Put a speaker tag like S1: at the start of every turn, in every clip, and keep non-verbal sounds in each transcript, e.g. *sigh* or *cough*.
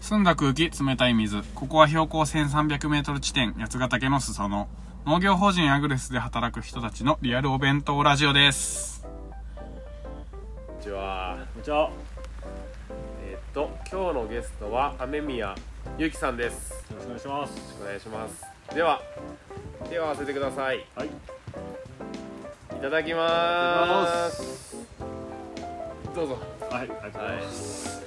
S1: 澄んだ空気、冷たい水。ここは標高1300メートル地点、八ヶ岳の裾野。農業法人アグレスで働く人たちのリアルお弁当ラジオです。
S2: こんにちは。
S3: こんにちは。よ
S2: えーっと今日のゲストは雨宮ゆきさんです。
S3: ろしくお願いします。
S2: お願いします。では手を合わせてください。い
S3: はい。
S2: ただきます。どうぞ。
S3: はい、ありがとうございます。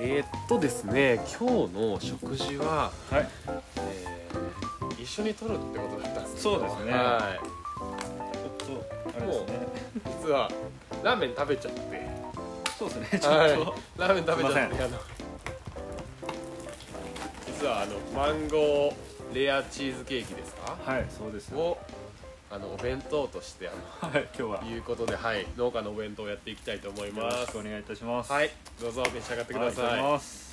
S2: えーっとですね今日の食事は、
S3: はい。
S2: えー一緒に取るってことだったんですけど
S3: そうですね
S2: は
S3: ちょっとあれですね。
S2: い。実はラーメン食べちゃって。
S3: そうですね。ちょっ
S2: はい
S3: と、
S2: *laughs* ラーメン食べちゃっ
S3: すいま
S2: てあの実はあのマンゴーレアチーズケーキですか
S3: はい、そうです。は
S2: をあのお弁当としてあ
S3: い、今日は
S2: のいうことではい農家のお弁当をやっていきたいと思い
S3: よろ
S2: ま
S3: し
S2: す
S3: くお願いいたします。、
S2: はいいどうぞ召し上がってく
S3: あり
S2: だ
S3: がと
S2: さ
S3: うござい
S2: い
S3: ます。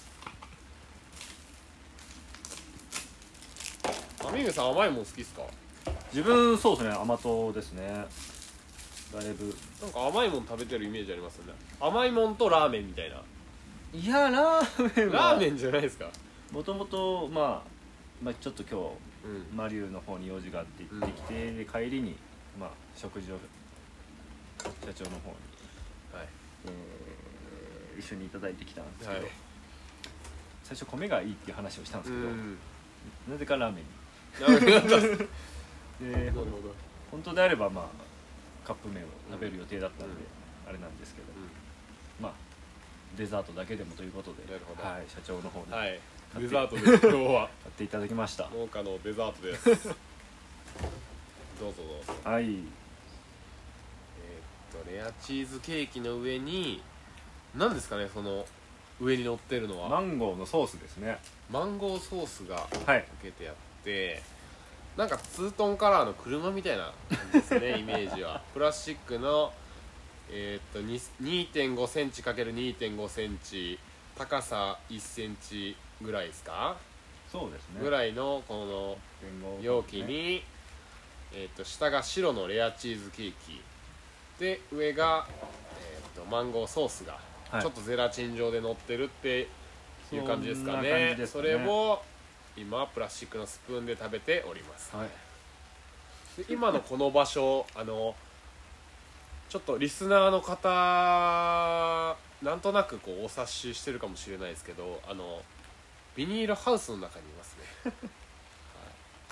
S2: アミングさん甘いもん好きですか
S3: 自分そうですね、甘党ですね。だいぶ。
S2: なんか甘いもん食べてるイメージありますよね甘いもんとラーメンみたいない
S3: や、ラーメンは。
S2: ラーメンじゃないですか
S3: もともと、まあ。まあ、ちょっと今
S2: うん
S3: 日、マリュウの方に用事があって行ってきて、で、帰りに、まあ、食事を。社長の方に、
S2: はい
S3: えー一緒にいただいてきたんですけ
S2: は
S3: ど。
S2: い
S3: 最初米がいいっていう話をしたんで
S2: う
S3: すけど、
S2: ん
S3: なぜかラーメ
S2: なるほどなる
S3: ンにで
S2: ほど
S3: 本当であればまあカップ麺を食べる予定だったんで、あれなんですけど、まあデザートだけでもということで
S2: なるほど
S3: はい、社長の方に
S2: うん
S3: 買
S2: はい
S3: て
S2: デザートです今日は
S3: っていただきました、はい
S2: 農家のデザートですどうぞどうぞえーっとレアチーズケーキの上に何ですかねその上に乗ってるのは
S3: マンゴーのソースですね
S2: マンゴーソースが
S3: はい
S2: かけてあってなんかツートンカラーの車みたいな感じです
S3: *laughs*
S2: ねイメージはプラスチックのえーっとに2.5センチ ×2.5 センチ高さ1センチぐらいですか、
S3: そうですね
S2: ぐらいのこの
S3: マンゴー
S2: 容器に、えー、と下が白のレアチーズケーキで上が、えー、とマンゴーソースが、
S3: はい
S2: ちょっとゼラチン状で乗ってるっていう感じですか
S3: そんな
S2: ね
S3: 感じです
S2: そ
S3: ね
S2: れを今プラスチックのスプーンで食べております
S3: はい
S2: で今のこの場所あのちょっとリスナーの方なんとなくこうお察ししてるかもしれないですけどあのビニールハウスの中にいますね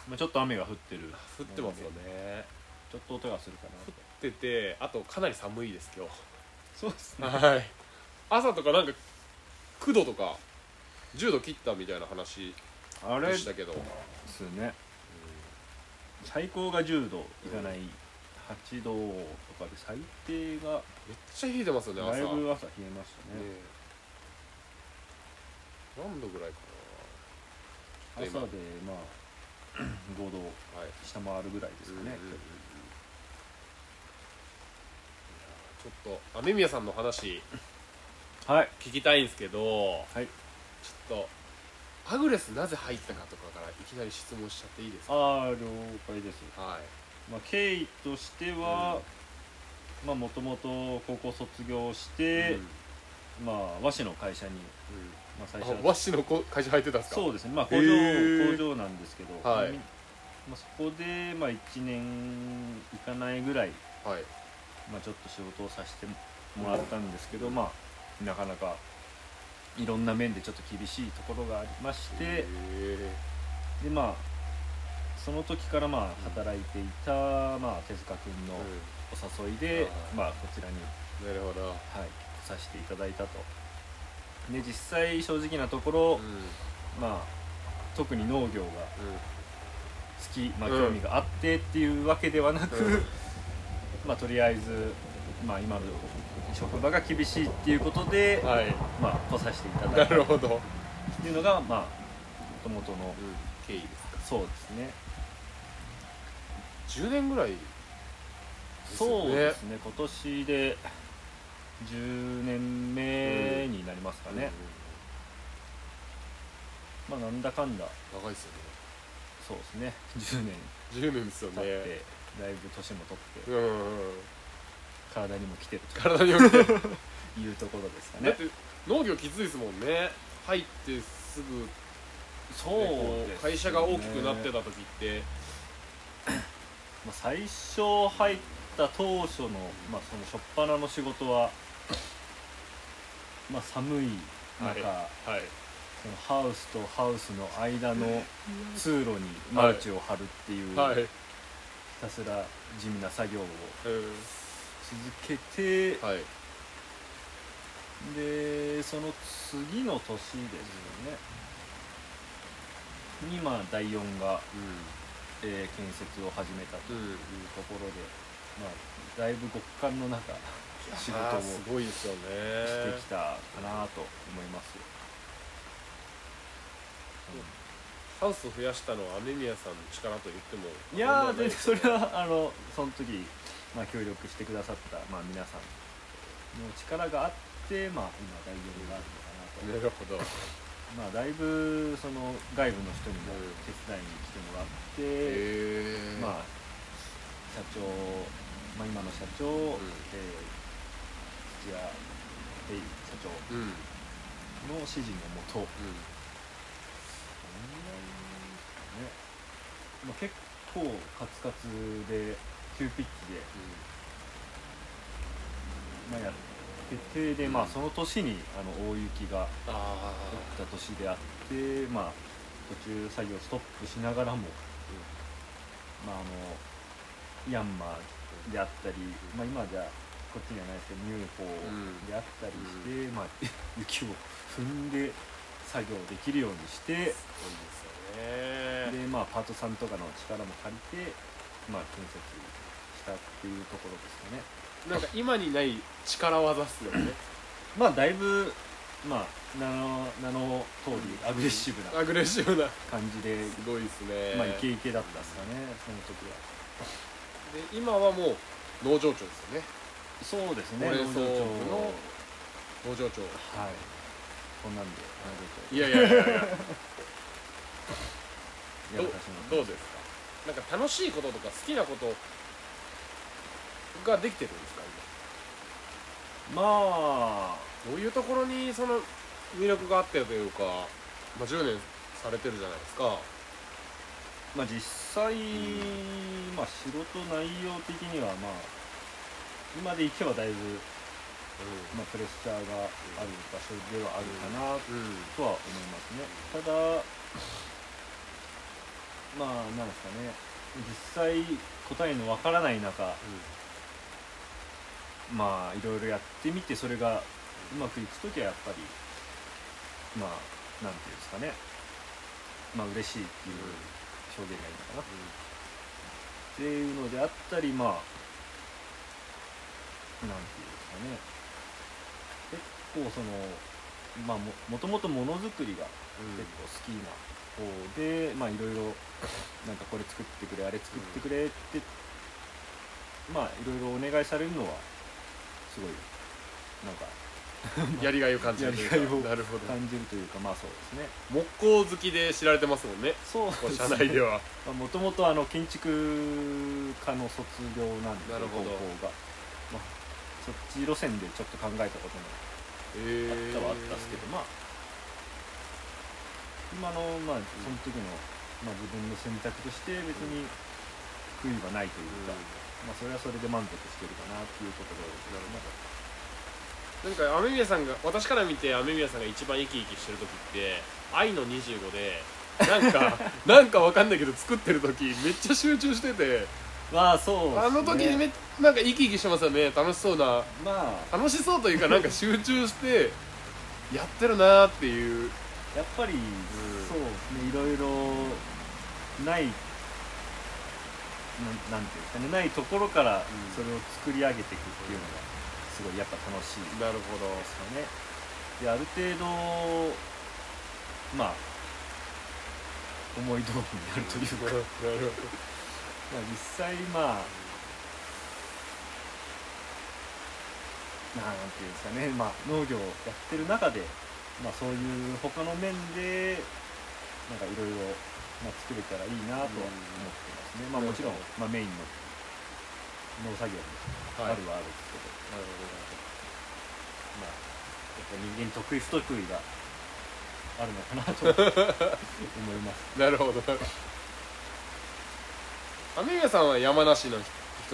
S3: まあ、ちょっと雨が降ってる
S2: 降ってますよね
S3: ちょっと音がするかな
S2: 降っててあとかなり寒いです今
S3: そうです
S2: 日はい *laughs* 朝とかなんか9度とか10度切ったみたいな話
S3: あれ
S2: で
S3: で
S2: したけど
S3: すね最高が10度いかない8度とかで最低が
S2: めっちゃ冷えてますよね
S3: だい
S2: 朝
S3: ぶ朝冷えましたね
S2: ね何度ぐらいか
S3: 朝で
S2: 今
S3: まあ *coughs* 5度
S2: なはい
S3: 下回るぐらいです
S2: う
S3: かね、
S2: んうんうんいやちょっと雨宮さんの話
S3: はい
S2: 聞きたいんですけど
S3: はい
S2: ちょっとアグレスなぜ入ったかとかからいきなり質問しちゃっていいですか
S3: ああ了解です、
S2: はい
S3: まあ、経緯としては、まあもともと高校卒業して、まあ和紙の会社に、
S2: うん
S3: まあ、最
S2: あ
S3: 初
S2: 和紙のこ会社入ってたんですか
S3: そううですねまあ工
S2: へ
S3: 場
S2: ー
S3: 工場なんですけど、
S2: はい
S3: まあ、そこでまあ1年いかないぐらい、
S2: はい
S3: まあ、ちょっと仕事をさせてもらったんですけど、まあなかなかいろんな面でちょっと厳しいところがありまして、
S2: へ
S3: でまあその時からまあ働いていた、まあ、手塚君の
S2: ー
S3: お誘いで、
S2: うん
S3: まあ、こちらに、
S2: うんなるほど、
S3: はい、来させていただいたとで実際正直なところ、
S2: うん
S3: まあ、特に農業が
S2: う
S3: 好き、まあ、
S2: うん
S3: 興味があってっていうわけではなく、
S2: うん
S3: *laughs* まあ、とりあえず、まあ、今の職場が厳しいっていうことで、
S2: ん、はい
S3: まあ、来させていただ
S2: ない
S3: たっ
S2: るほど、うん、
S3: ていう
S2: *laughs*
S3: のが、まあ、元々の
S2: 経緯ですか
S3: そうですね
S2: 10年ぐらいですよね
S3: そうですね今年で10年目になりますかね、まあなんだかんだ
S2: うん長いですよ
S3: そうですね10年
S2: ね10年ですよ
S3: 経って、
S2: ね
S3: だいぶ年も取って
S2: うんうんうん
S3: 体にも来てる
S2: 体によって
S3: というところですか
S2: だっ
S3: ね
S2: て農業きついですもんね入ってすぐ
S3: そう
S2: ね
S3: です
S2: こ
S3: ね
S2: う会社が大きくなってた時って
S3: まあ、最初入った当初の,、まあその初っ端の仕事は、まあ、寒い中、
S2: はい
S3: そのハウスとハウスの間の通路にマルチを張るっていう、
S2: はい、
S3: ひたすら地味な作業を
S2: うん
S3: 続けて、
S2: はい
S3: でその次の年ですよね今第4が、えー建設を始めたと
S2: う
S3: いうん
S2: うん
S3: ところで、まあ、だいぶ極寒の中仕事
S2: あ
S3: を
S2: ーすごいですよね
S3: してきたかなと思いますよ
S2: ハウスを増やしたのは雨宮さんの力と言っても
S3: いや
S2: 過言
S3: ー
S2: は
S3: でそれはあのその時、まあ、協力してくださった、まあ、皆さんの力があって、まあ、今大丈夫が
S2: ない
S3: あるのかなと、
S2: なるほど
S3: まあ、だいぶその外部の人にも手伝いに来てもらって、
S2: へえ
S3: まあ、社長、まあ、今の社長、えー土屋栄一社長
S2: うんうん
S3: の指示のもと、ねまあ、結構カツカツで急ピッチで、まあ、やっててで、まあ、その年にあの大雪が
S2: あ
S3: 降った年であって、まあ、途中作業ストップしながらも、まあ、あのヤンマーであったり、まあ、今じゃこっちじゃないですけどニューポ
S2: うん
S3: ーであったりして、まあ、 *laughs* 雪を踏んで作業できるようにして。
S2: あそうですよね
S3: でまあパートさんとかの力も借りてまあ建設したっていうところですかね
S2: なんか今にない力技っすよね
S3: まあだいぶまあ名の名の通りアグレッシブな
S2: アグレッシブな
S3: 感じで、
S2: すごいですね
S3: まあイケイケだったっすかねその時は
S2: で今はもう農場長ですよね
S3: そうです
S2: ね
S3: ね
S2: 農場長の農場長
S3: はいこんなんで農
S2: いや
S3: 場長
S2: いやいやいや
S3: や
S2: ど
S3: ら
S2: う
S3: かしま
S2: ど
S3: す
S2: うですかなんか楽しいこととか好きなことができてるんですか
S3: まあ
S2: 今どういうところにその魅力があってというか、まあ、10年されてるじゃないですか
S3: まあ実際、まあ仕事内容的にはまあ今でいけばだいぶまあ、プレッシャーがある場所ではあるか
S2: うん
S3: な
S2: うん
S3: とは思いますね。ただ、まあ、なんですかね、実際、答えのわからない中、まあ、いろいろやってみて、それがうまくいくときはやっぱり、まあ、なんていうんですかね、まあ、嬉しいっていう表現がいいのかな。っていうのであったりまあなんていうんですかね結構そのまあももともとものづくりが
S2: うん
S3: 結構好きな方で、まあいろいろなんかこれ作ってくれあれ作ってくれって、まあいろいろお願いされるのはすごいなんか
S2: やりがいを感じるというか
S3: やりがいを
S2: なるほど
S3: 感じるというかまあそうですね
S2: 木工好きで知られてますもんね
S3: そう
S2: こう社内では
S3: もともとあの建築科の卒業なんで
S2: な
S3: す
S2: る
S3: よ
S2: ほ
S3: 高
S2: ど
S3: 校が、まあ、そっち路線でちょっと考えたことも
S2: え
S3: あったはあったんですけど、まあ今のまあその時の、まあ、自分の選択として別に悔いはないというか、まあ、それはそれで満足してるかなっていうところですけ
S2: な
S3: ど、
S2: んか雨宮さんが私から見て雨宮さんが一番生き生きしてる時って愛の25でなん
S3: *laughs*
S2: かなんかわかんないけど作ってる時めっちゃ集中してて
S3: まあそうですね
S2: あの時にめなんか生き生きしてますよね楽しそうな
S3: まあ
S2: 楽しそうというかなんか集中してやってるなーっていう
S3: やっぱり、そうですねいろいろないなんなんていうんですかねないところからそれを作り上げていくっていうのがすごいやっぱ楽しいで
S2: なる
S3: *laughs* すかねである程度まあ思い通りになるという
S2: ほ
S3: か、
S2: どなる
S3: まあ、実際まあなんていうんですかね、まあ、農業をやってる中で、まあ、そういう他の面でなんかいろいろまあ作れたらいいなとは思ってますね、まあ、もちろん、まあ、メインの農作業
S2: ほど
S3: も
S2: は
S3: あ
S2: いなるほどなる
S3: るはあるんですけど、
S2: ほ
S3: まあ、やっぱ人間得意不得意があるのかなと思います
S2: なるほど雨宮さんは山梨の人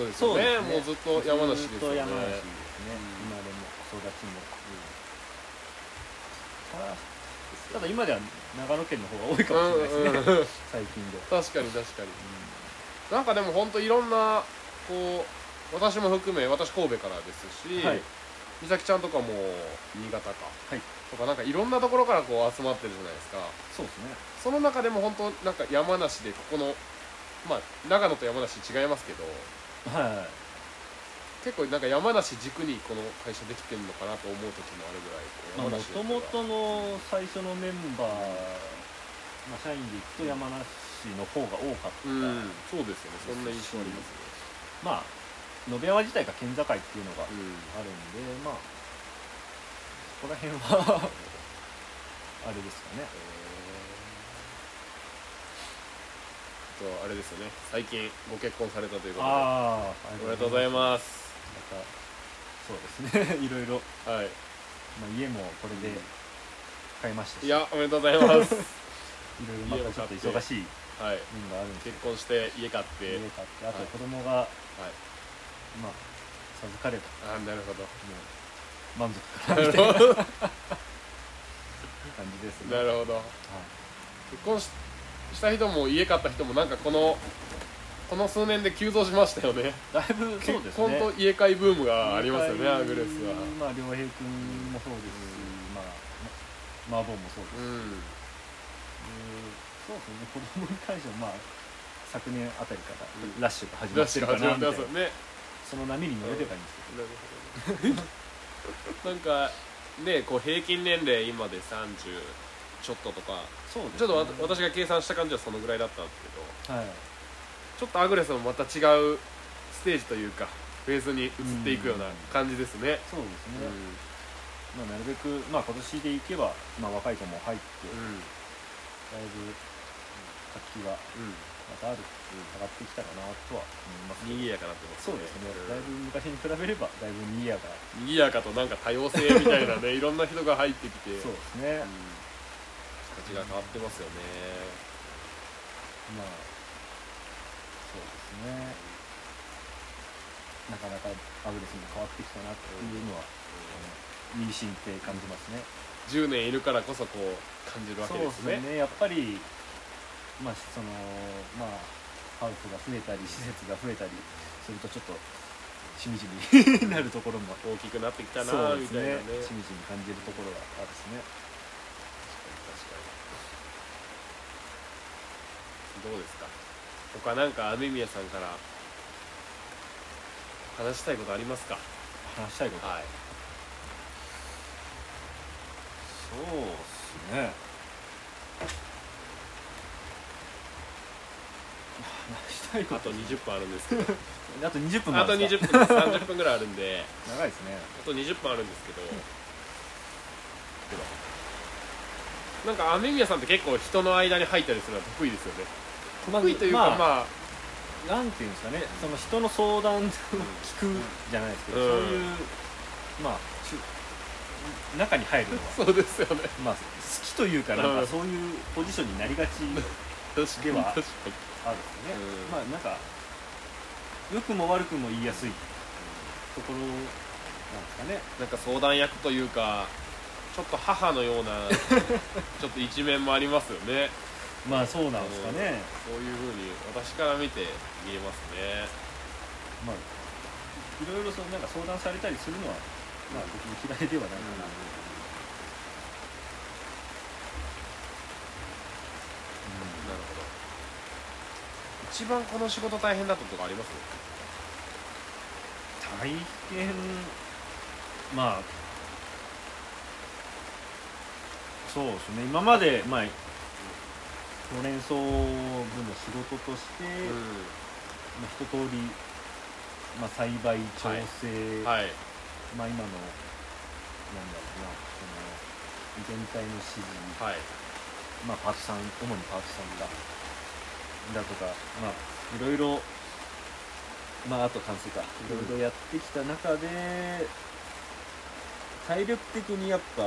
S2: ですよねもうずっと山梨ですよ
S3: ずっと
S2: ね
S3: 山梨ですね
S2: うん
S3: 今でも育ちも、ただただ今では長野県の方が多いかもしれないです
S2: う
S3: ね、
S2: んうん
S3: 最近では、
S2: 確かに確かになんかでも本当いろんなこう私も含め私神戸からですし、
S3: はい
S2: 美咲ちゃんとかも新潟か、
S3: はい
S2: とかなんかいろんなところからこう集まってるじゃないですか
S3: そうですね
S2: その中でも本当なんか山梨でここのまあ長野と山梨違いますけど
S3: はい、はい
S2: 結構なんか山梨軸にこの会社できてるのかなと思う時もあるぐ
S3: まあ、
S2: らいこ
S3: もと
S2: う
S3: も
S2: 山梨の人が
S3: との最初のメンバー、まあ、社員でいくと山梨の方が多かっ
S2: う
S3: た、
S2: んそうですよねそんな印象あります
S3: まあ延山自体が県境っていうのがあ
S2: ね
S3: るんで、まあそこら辺は *laughs* あれですかね
S2: うんあとあれですよね最近ご結婚されたということで
S3: ああ
S2: おめでとうござい
S3: す
S2: ます
S3: またそうですねいろいろ、
S2: はい
S3: まあ、家もこれで買いましたし
S2: い
S3: いろ
S2: やおめでとうございます *laughs*
S3: いろまたちょっと忙しい
S2: はい
S3: 面があるんですけ
S2: 結婚して家買って、
S3: ど
S2: はい
S3: 家買ってあと子供が、まあ授かれば
S2: ああなるほど
S3: もう満足かなみたいな感じです
S2: *laughs*
S3: ね。
S2: な
S3: はい、
S2: るほど結婚しした人も家買った人もなんかこのこの数年で急増しましたよね
S3: だいぶそう
S2: 結
S3: です
S2: 婚
S3: ね。
S2: と家買いブームがありますよねアグレスは
S3: まあ良平君もそうですし、まあま麻婆もそうです
S2: う。ん
S3: そうですね。子供に関してはまあ昨年あたりから
S2: うん
S3: ラッシュが始ま
S2: ラッ
S3: って
S2: シュ
S3: る
S2: が
S3: か
S2: 始ま
S3: な
S2: っ
S3: み
S2: てま
S3: たいな
S2: すよ。ね
S3: その波に乗れてばいいんですけ
S2: なるほどなんかねこう平均年齢今で30ちょっととか
S3: ど。そうです、
S2: ちょ
S3: ね。
S2: っとわ私が計算した感じはそのぐらいだったんですけど
S3: はい。
S2: ちょっとアグレスもまた違うステージというかフェーズに移っていくような感じですね
S3: そうです
S2: う
S3: ね
S2: ん。
S3: まあなるべくまあ今年でいけばまあ若い子も入ってだいぶ活気が
S2: う
S3: またある上がってきたかなとは思います
S2: んうん賑やかなってます
S3: そうですね、だいぶ昔に比べればだいぶ賑やか
S2: うん賑やかとなんか多様性みたいなねいろんな人が入ってき *laughs* て
S3: そうですね
S2: うん、形が変わってますよね
S3: まあそうですねなかなかアグレスにも変わってきたなっていうのは、うん、身にしみて感じますね
S2: 10年いるからこそこう感じるわ
S3: そ
S2: け
S3: う
S2: で
S3: ですす
S2: ね
S3: ねやっぱりまあそのまあハウスが増えたり施設が増えたりするとちょっとしみじみ *laughs* になるところも
S2: 大きくなってきたな
S3: そうで
S2: み
S3: す
S2: たいな
S3: ね
S2: ね
S3: しみじみ感じるところがあるですね
S2: 確かにどうですか他なんか雨宮さんから話したいことありますか
S3: 話したいこと
S2: はい
S3: そうっすね話したいこ
S2: あ
S3: と
S2: と20分あるんです
S3: *laughs*
S2: けど
S3: あと20分
S2: あと
S3: なんです
S2: 20
S3: か
S2: 分です30分ぐらいあるんで
S3: 長いですね
S2: あと20分あるんですけどなんか雨宮さんって結構人の間に入ったりするのは得意ですよね得意というかまあ、
S3: まあなんていうんですかねその人の相談を聞くじゃないですけど、
S2: うん
S3: そういうまあちゅ中に入るの
S2: *laughs*
S3: は
S2: *laughs* そうですよね
S3: まあ好きというかなん
S2: うん
S3: かそういうポジションになりがち
S2: 確
S3: かに
S2: 確か
S3: あるんですよね、
S2: うん
S3: まあなんか良くも悪くも言いやすいところなんですかね
S2: になんか相談役というかちょっと母の *laughs* ようなちょっと一面もありますよね
S3: まあそうなんですかね、
S2: そういうふうに私から見て見えますね
S3: まあ、いろいろそのなんか相談されたりするのは、まあ、僕も嫌いではないかな、
S2: なるほど一番この仕事大変だったとかあります
S3: 大変まあそうですね今までまあほうれん草部の仕事として、まあ、一通り、まあ、栽培調整、
S2: はい
S3: まあ今のなんだろうなその全体の指示、
S2: はい
S3: まあ、パートさん主にパートさんがだとかまあいろいろまああと関数かいろいろやってきた中で、体力的にやっぱし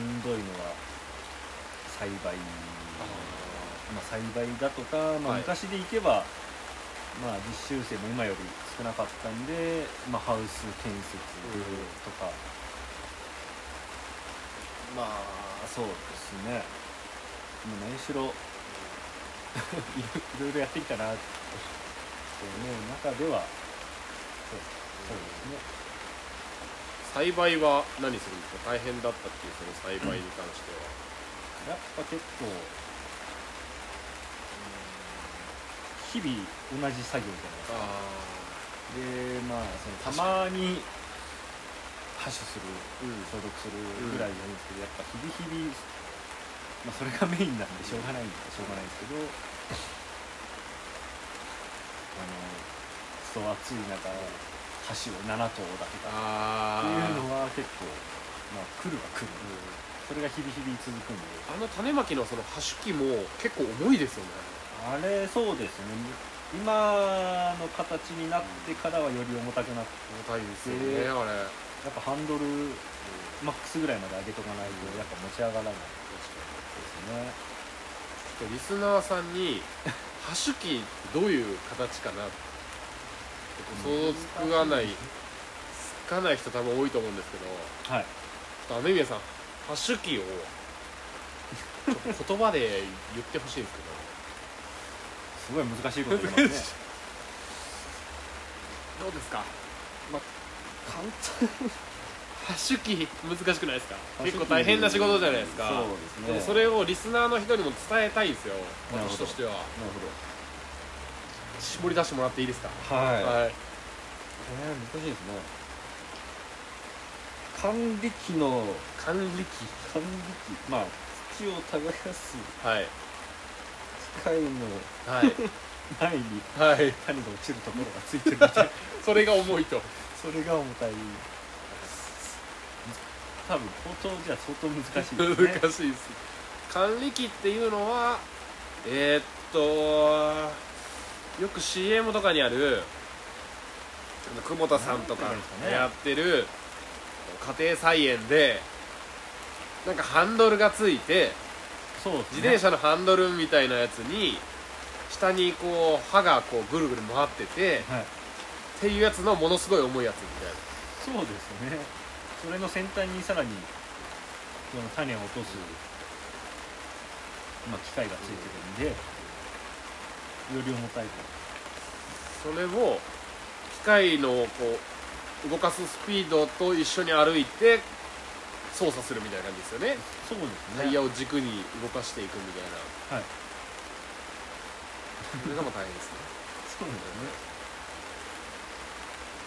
S3: んどいのは栽培まあ、栽培だとか、ま
S2: は
S3: あ、
S2: い
S3: 昔でいけば、まあ、実習生も今より少なかったんで、まあ、ハウス建設とか、まあそうですねもう何しろ *laughs* いろいろやってきたなって思う中ではそうそうですね
S2: 栽培は何するんですか大変だったっていうその栽培に関しては
S3: やっぱ結構日々同じ作業じゃないですか
S2: あ
S3: でまあその
S2: 確
S3: たまにハッシュする
S2: うん
S3: 消毒するぐらいなんですけど、やっぱ日々日々、まあ、それがメインなんでしょうがないんでしょうがないですけど、あのクソ暑い中箸を7頭だとか
S2: あ
S3: ってい
S2: ー
S3: うのは結構、まあ、来るは来る、
S2: う
S3: それが日々日々続くん
S2: ん
S3: で
S2: あの種まきのその端機も結構重いですよね
S3: あれそうですね今の形になってからはより重たくなって
S2: 重たいですよね
S3: えー
S2: あれうん
S3: やっぱハンドルマックスぐらいまで上げとかないとやっぱ持ち上がらないですね
S2: ちょっとリスナーさん *laughs* に端機ってどういう形かなって想像つかないつかない人多分多いと思うんですけど
S3: は
S2: ち
S3: い
S2: ょっと雨宮さん端機をちょっと言葉で言ってほしいんですけど
S3: すごい難しいこと言いますね
S2: どうですか
S3: 簡単
S2: ハッシュキー難しくないですか *laughs* 結構大変な仕事じゃないですか
S3: そう
S2: で
S3: で
S2: も
S3: すね
S2: それをリスナーの人にも伝えたいんですよ
S3: なるほ
S2: 私
S3: ど
S2: としては
S3: なる
S2: 絞り出してもらっていいですか
S3: ほどはい、
S2: はい
S3: えー難しいですね管理機の
S2: 管理
S3: 管理機まあ土を耕す
S2: 機はい
S3: 機械の
S2: はい
S3: 前に
S2: はい
S3: 種が落ちるところがついてるみたいな
S2: それが重いと
S3: それが重たい多分口頭じゃ相当難しい
S2: 難
S3: で
S2: し
S3: す
S2: い
S3: ね
S2: です管理機っていうのはえーっとよく CM とかにあるあの久保田さんとか
S3: なんて言うんですかね
S2: やってる家庭菜園でなんかハンドルがついて
S3: そうですね
S2: 自転車のハンドルみたいなやつに下にこう刃がこうぐるぐる回ってて
S3: はい
S2: っていうやつのものすごい重いやつみたいな
S3: そうですねそれの先端にさらにその種を落とす、まあ、機械がついてるんで、より重たいと
S2: それを機械のこう動かすスピードと一緒に歩いて操作するみたいな感じですよね
S3: そうで
S2: タ
S3: す
S2: イ
S3: ね
S2: ヤを軸に動かしていくみたいな
S3: はい
S2: *laughs* それがもう大変ですね
S3: そうです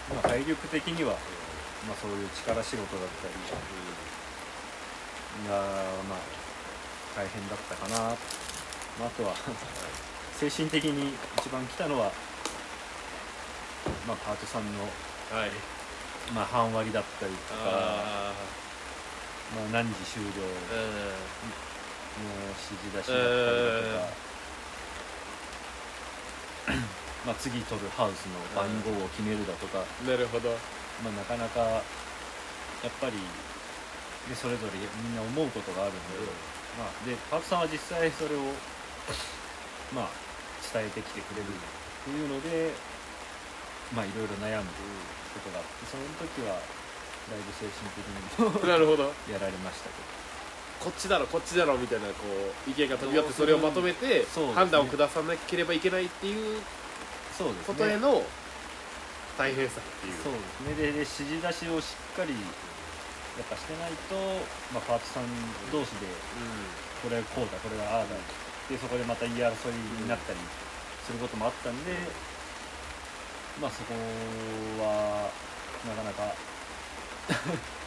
S3: ね、まあ、体力的には、まあ、そういう力仕事だったりがまあ大変だったかな、まあ、あとは *laughs* 精神的に一番来たのは、まあ、パートさんの、
S2: うんはい
S3: まあ、半割りだったりとか
S2: あ
S3: まあ、何時終了の
S2: あうん
S3: 指示出しだったりだとか、 *clears throat* まあ、次取るハウスの番号を決めるだとか、
S2: なるほど
S3: まあ、なかなかやっぱり、ね、それぞれみんな思うことがあるんで,、まあ、でパートさんは実際それを、まあ、伝えてきてくれるっていうので、まあ、いろいろ悩むことがあってその時はだいぶ精神的に *laughs* も
S2: なるほど
S3: やられましたけど。
S2: こっちだろこっちだろみたいなこう意見が飛び交ってそれをまとめて
S3: そうですね
S2: 判断を下さなければいけないっていう
S3: そうですね
S2: ことへの大変さっていう
S3: そうですねでで指示出しをしっかりやっぱしてないと、まあ、パートさん同士で
S2: う
S3: これはこうだこれはああだでそこでまた言い争いになったりすることもあったんで、まあそこはなかなか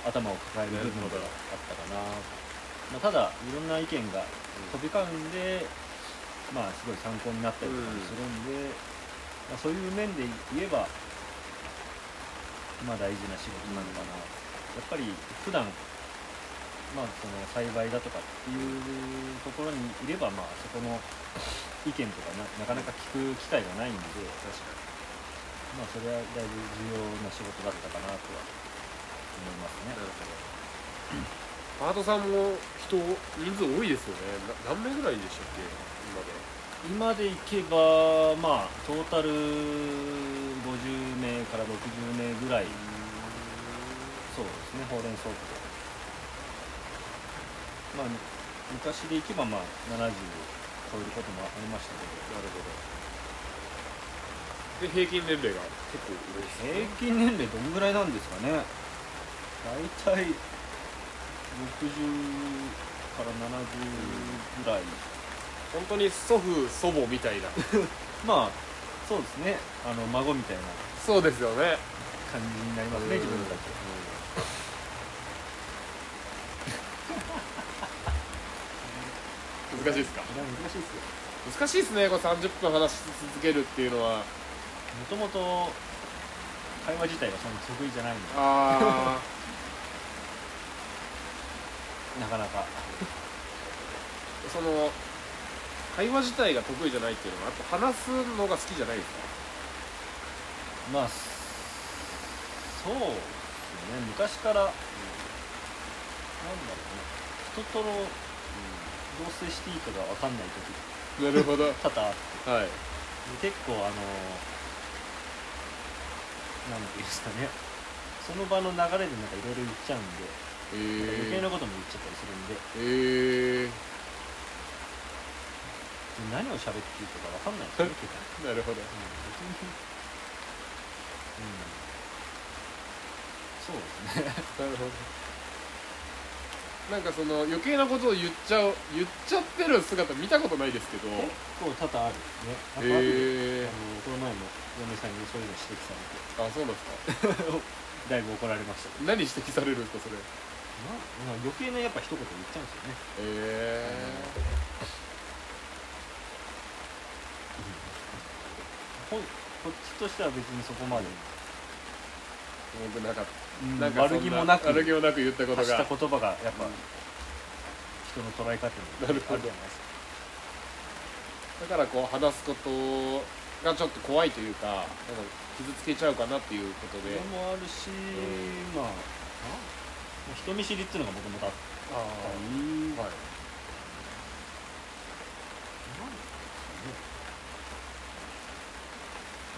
S3: 頭を抱える部分があったかなまあ、ただいろんな意見が飛び交うんでまあすごい参考になったりとかもするんで、まあ、そういう面で言えばまあ大事な仕事なのかな、やっぱり普段まあその栽培だとかっていうところにいればまあそこの意見とかななかなか聞く機会がないんで
S2: 確か
S3: まあそれはだいぶ重要な仕事だったかなとは思います
S2: になる
S3: ね
S2: ほどパートさんも人人数多いですよねな何名ぐらいでしたっけ今で
S3: 今でいけばまあトータル50名から60名ぐらいそうですねほうれん草とまあ昔でいけばまあ70を超えることもありましたけ
S2: なるほどで
S3: ど
S2: 平均年齢が結構上ですね
S3: 平均年齢どんぐらいなんですかね大体60から70ぐらい、
S2: 本当に祖父祖母みたいな
S3: まあそうですねあの孫みたいな
S2: *laughs* そうですよね
S3: 感じになりますね自分たち
S2: うん難しいですか
S3: いや難しいですよ
S2: 難しいですねこれ30分話し続けるっていうのは
S3: もともと会話自体がそんな得意じゃないんで
S2: ああ
S3: なかなか
S2: *laughs* その会話自体が得意じゃないっていうのはあと話すのが好きじゃないですか
S3: まあそそうですね昔から、なんだろうね人とのどう接していいかが分かんない時
S2: なるほどはい
S3: 多々あって結構あのなんていうんですかねその場の流れでなんかいろいろ言っちゃうんで、
S2: え
S3: 余計な
S2: ー、
S3: ことも言っちゃったりするんで
S2: えー、
S3: 何を喋っていいかが分かんないですよね結構
S2: なるほど
S3: うん別にうんそうです
S2: な
S3: ね
S2: るほどなんかその余計なことを言っちゃう言っちゃってる姿見たことないですけ
S3: *laughs*
S2: ど
S3: 結構多々あるねあと後で、
S2: え
S3: あのこの前も嫁さんにそういうの指摘されて
S2: ー、あそうなんですか
S3: *laughs* だいぶ怒られましたけど
S2: 何指摘されるんですかそれ
S3: なまあ余計なやっぱ一言言っちゃうんですよね
S2: え
S3: ほんこっちとしては別にそこまで、
S2: ー、僕なんか
S3: うん
S2: なんかそん
S3: 悪気もなく
S2: 悪気もなく言ったこと
S3: 発した
S2: が
S3: 言葉がやっぱ、人の捉え方にあるじゃないですか
S2: だからこう話すことがちょっと怖いというかなんか傷つけちゃうかなっていうこと
S3: そ
S2: で
S3: れもあるし、まあな人見知りっていうのがもともとあった
S2: あ
S3: り
S2: はい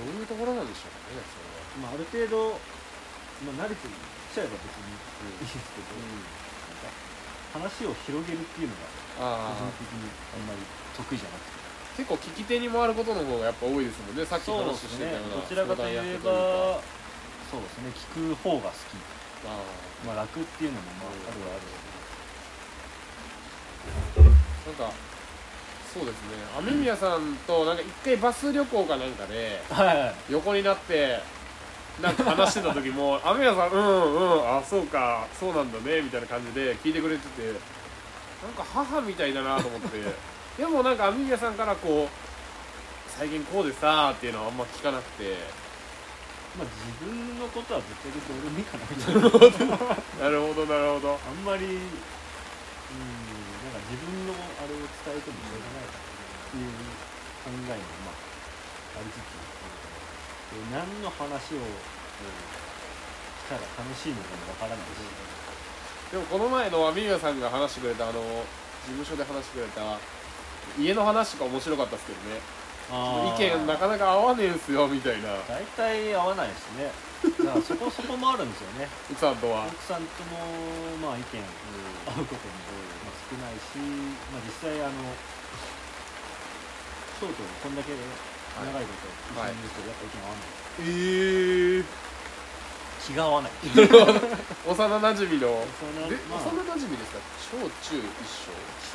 S2: どういうところなんでしょうかね
S3: まあ、ある程度、まあ、慣れてきちゃえば別にいいですけど、なんか話を広げるっていうの
S2: それは、うん、あ
S3: が個人
S2: あ
S3: 的にあんまり得意じゃなくて
S2: 結構聞き手に回ることの方がやっぱ多いですもんねさっき
S3: そう
S2: 話してた
S3: ですね
S2: ような
S3: どちらかといえ
S2: 相談役
S3: ばそうですね聞く方が好
S2: というかあ
S3: き、まあ、楽っていうのもまあ
S2: うんあなん
S3: あるはある
S2: かそうですね雨宮さんとなんか一回バス旅行かなんかで
S3: はいはい
S2: 横になってなんか話してた時も「雨宮さんうんうんあそうかそうなんだね」みたいな感じで聞いてくれててなんか母みたいだなと思って *laughs* でもなんか雨宮さんからこう「最近こうでさ」っていうのはあんま聞かなくて
S3: まあ、自分のことは絶対別に俺もいいかな
S2: *laughs*
S3: みたい
S2: な
S3: な
S2: るほどなるほど
S3: あんまりうんなんか自分のあれを伝えてもしょうがないかなっていう考えもまあありつつで何の話をしたら楽しいのかもわからないし、
S2: でもこの前の雨宮さんが話してくれたあの事務所で話してくれた家の話とか面白かったですけどね意見なかなか合わねえんすよみたいな
S3: 大体合わないですねだからそこそこもあるんですよね
S2: 奥さんとは、
S3: 奥さんともまあ意見合うこともまあ少ないし、まあ、実際あの翔とこんだけ長いこと一緒にい
S2: え
S3: るとやっぱ意見合わない、
S2: え
S3: 気が合 *laughs* わない
S2: 幼なじみの
S3: その
S2: で、
S3: まあ
S2: 幼なじみですか小中一緒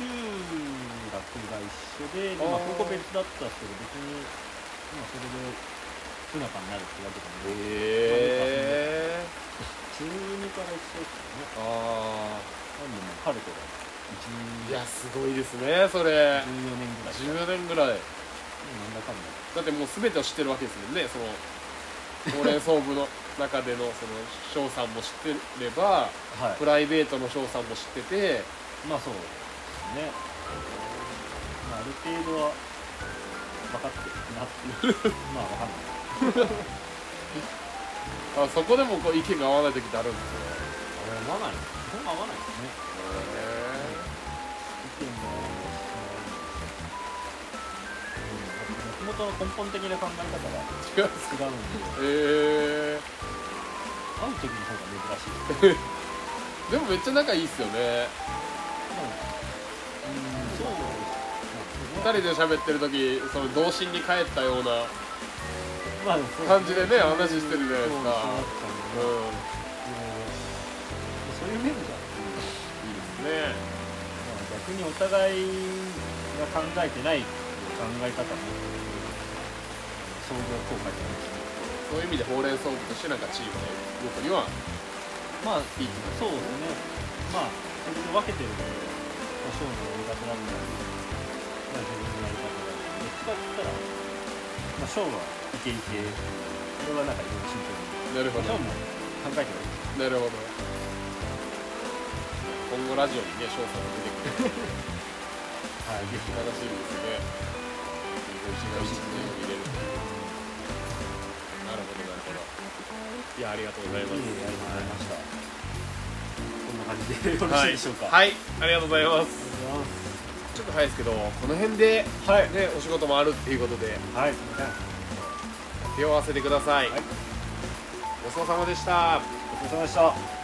S3: 中学が一緒で
S2: あ
S3: で、
S2: ー
S3: まあ、高校別だったんですけど別に、まあ、それで不仲になるってわけでもない
S2: へえ
S3: 中2から一緒ですからね
S2: あ
S3: なんでもうかれこれ
S2: あい
S3: 1
S2: やすごいですねそれ
S3: 14年ぐらい
S2: 10年ぐらい
S3: でなんだかんだ
S2: だってもう全てを知ってるわけですもんねそのほうれん草部の中でのその翔さんも知ってれば
S3: はい
S2: プライベートの翔さんも知ってて
S3: まあそうですね、まあ、ある程度は分かってるなっていうまあ分かんない
S2: あそこでもこう意見が合わない時ってあるんですよね
S3: あ合わない基本合わないですね意見ももともとの根本的な考え方
S2: 違う
S3: が違うんで
S2: え
S3: 会う時の方が珍しいです
S2: ー、でもめっちゃ仲いいっすよね
S3: そう
S2: 二人で喋ってる時その童心に帰ったような
S3: まあ
S2: 感じでね話してるじゃないですかうん
S3: そう
S2: い
S3: そういう面じゃん
S2: いですね
S3: 逆にお互いが考えてない考え方も相乗効果じゃないですか
S2: そういう意味でほうれん草部としてなんか地位はね僕には
S3: まあ
S2: いい
S3: そうですねまあそれで分けてるので胡椒のやり方なんだまあ自分のやり方だどっちかって言ったらまあショーはイケイケこれはなんかいろいろ慎重
S2: なるほどな
S3: に胡椒も考えてはいい
S2: るほど今後ラジオにね翔さんが出てくる
S3: はいぜひ
S2: 悲しいですね美味しいが一年を入れるというなるほどなるほどいやありがとうござい
S3: いいねやりがとうございましたこんな感じでよろしいでしょうかい
S2: はい、ありがとうございます
S3: は
S2: ちょっと早いですけどこの辺で
S3: い
S2: ねお仕事もあるっていうことで
S3: はいすいません
S2: 手を合わせてください、
S3: はい
S2: ごちそうさまでした
S3: お疲れ様でした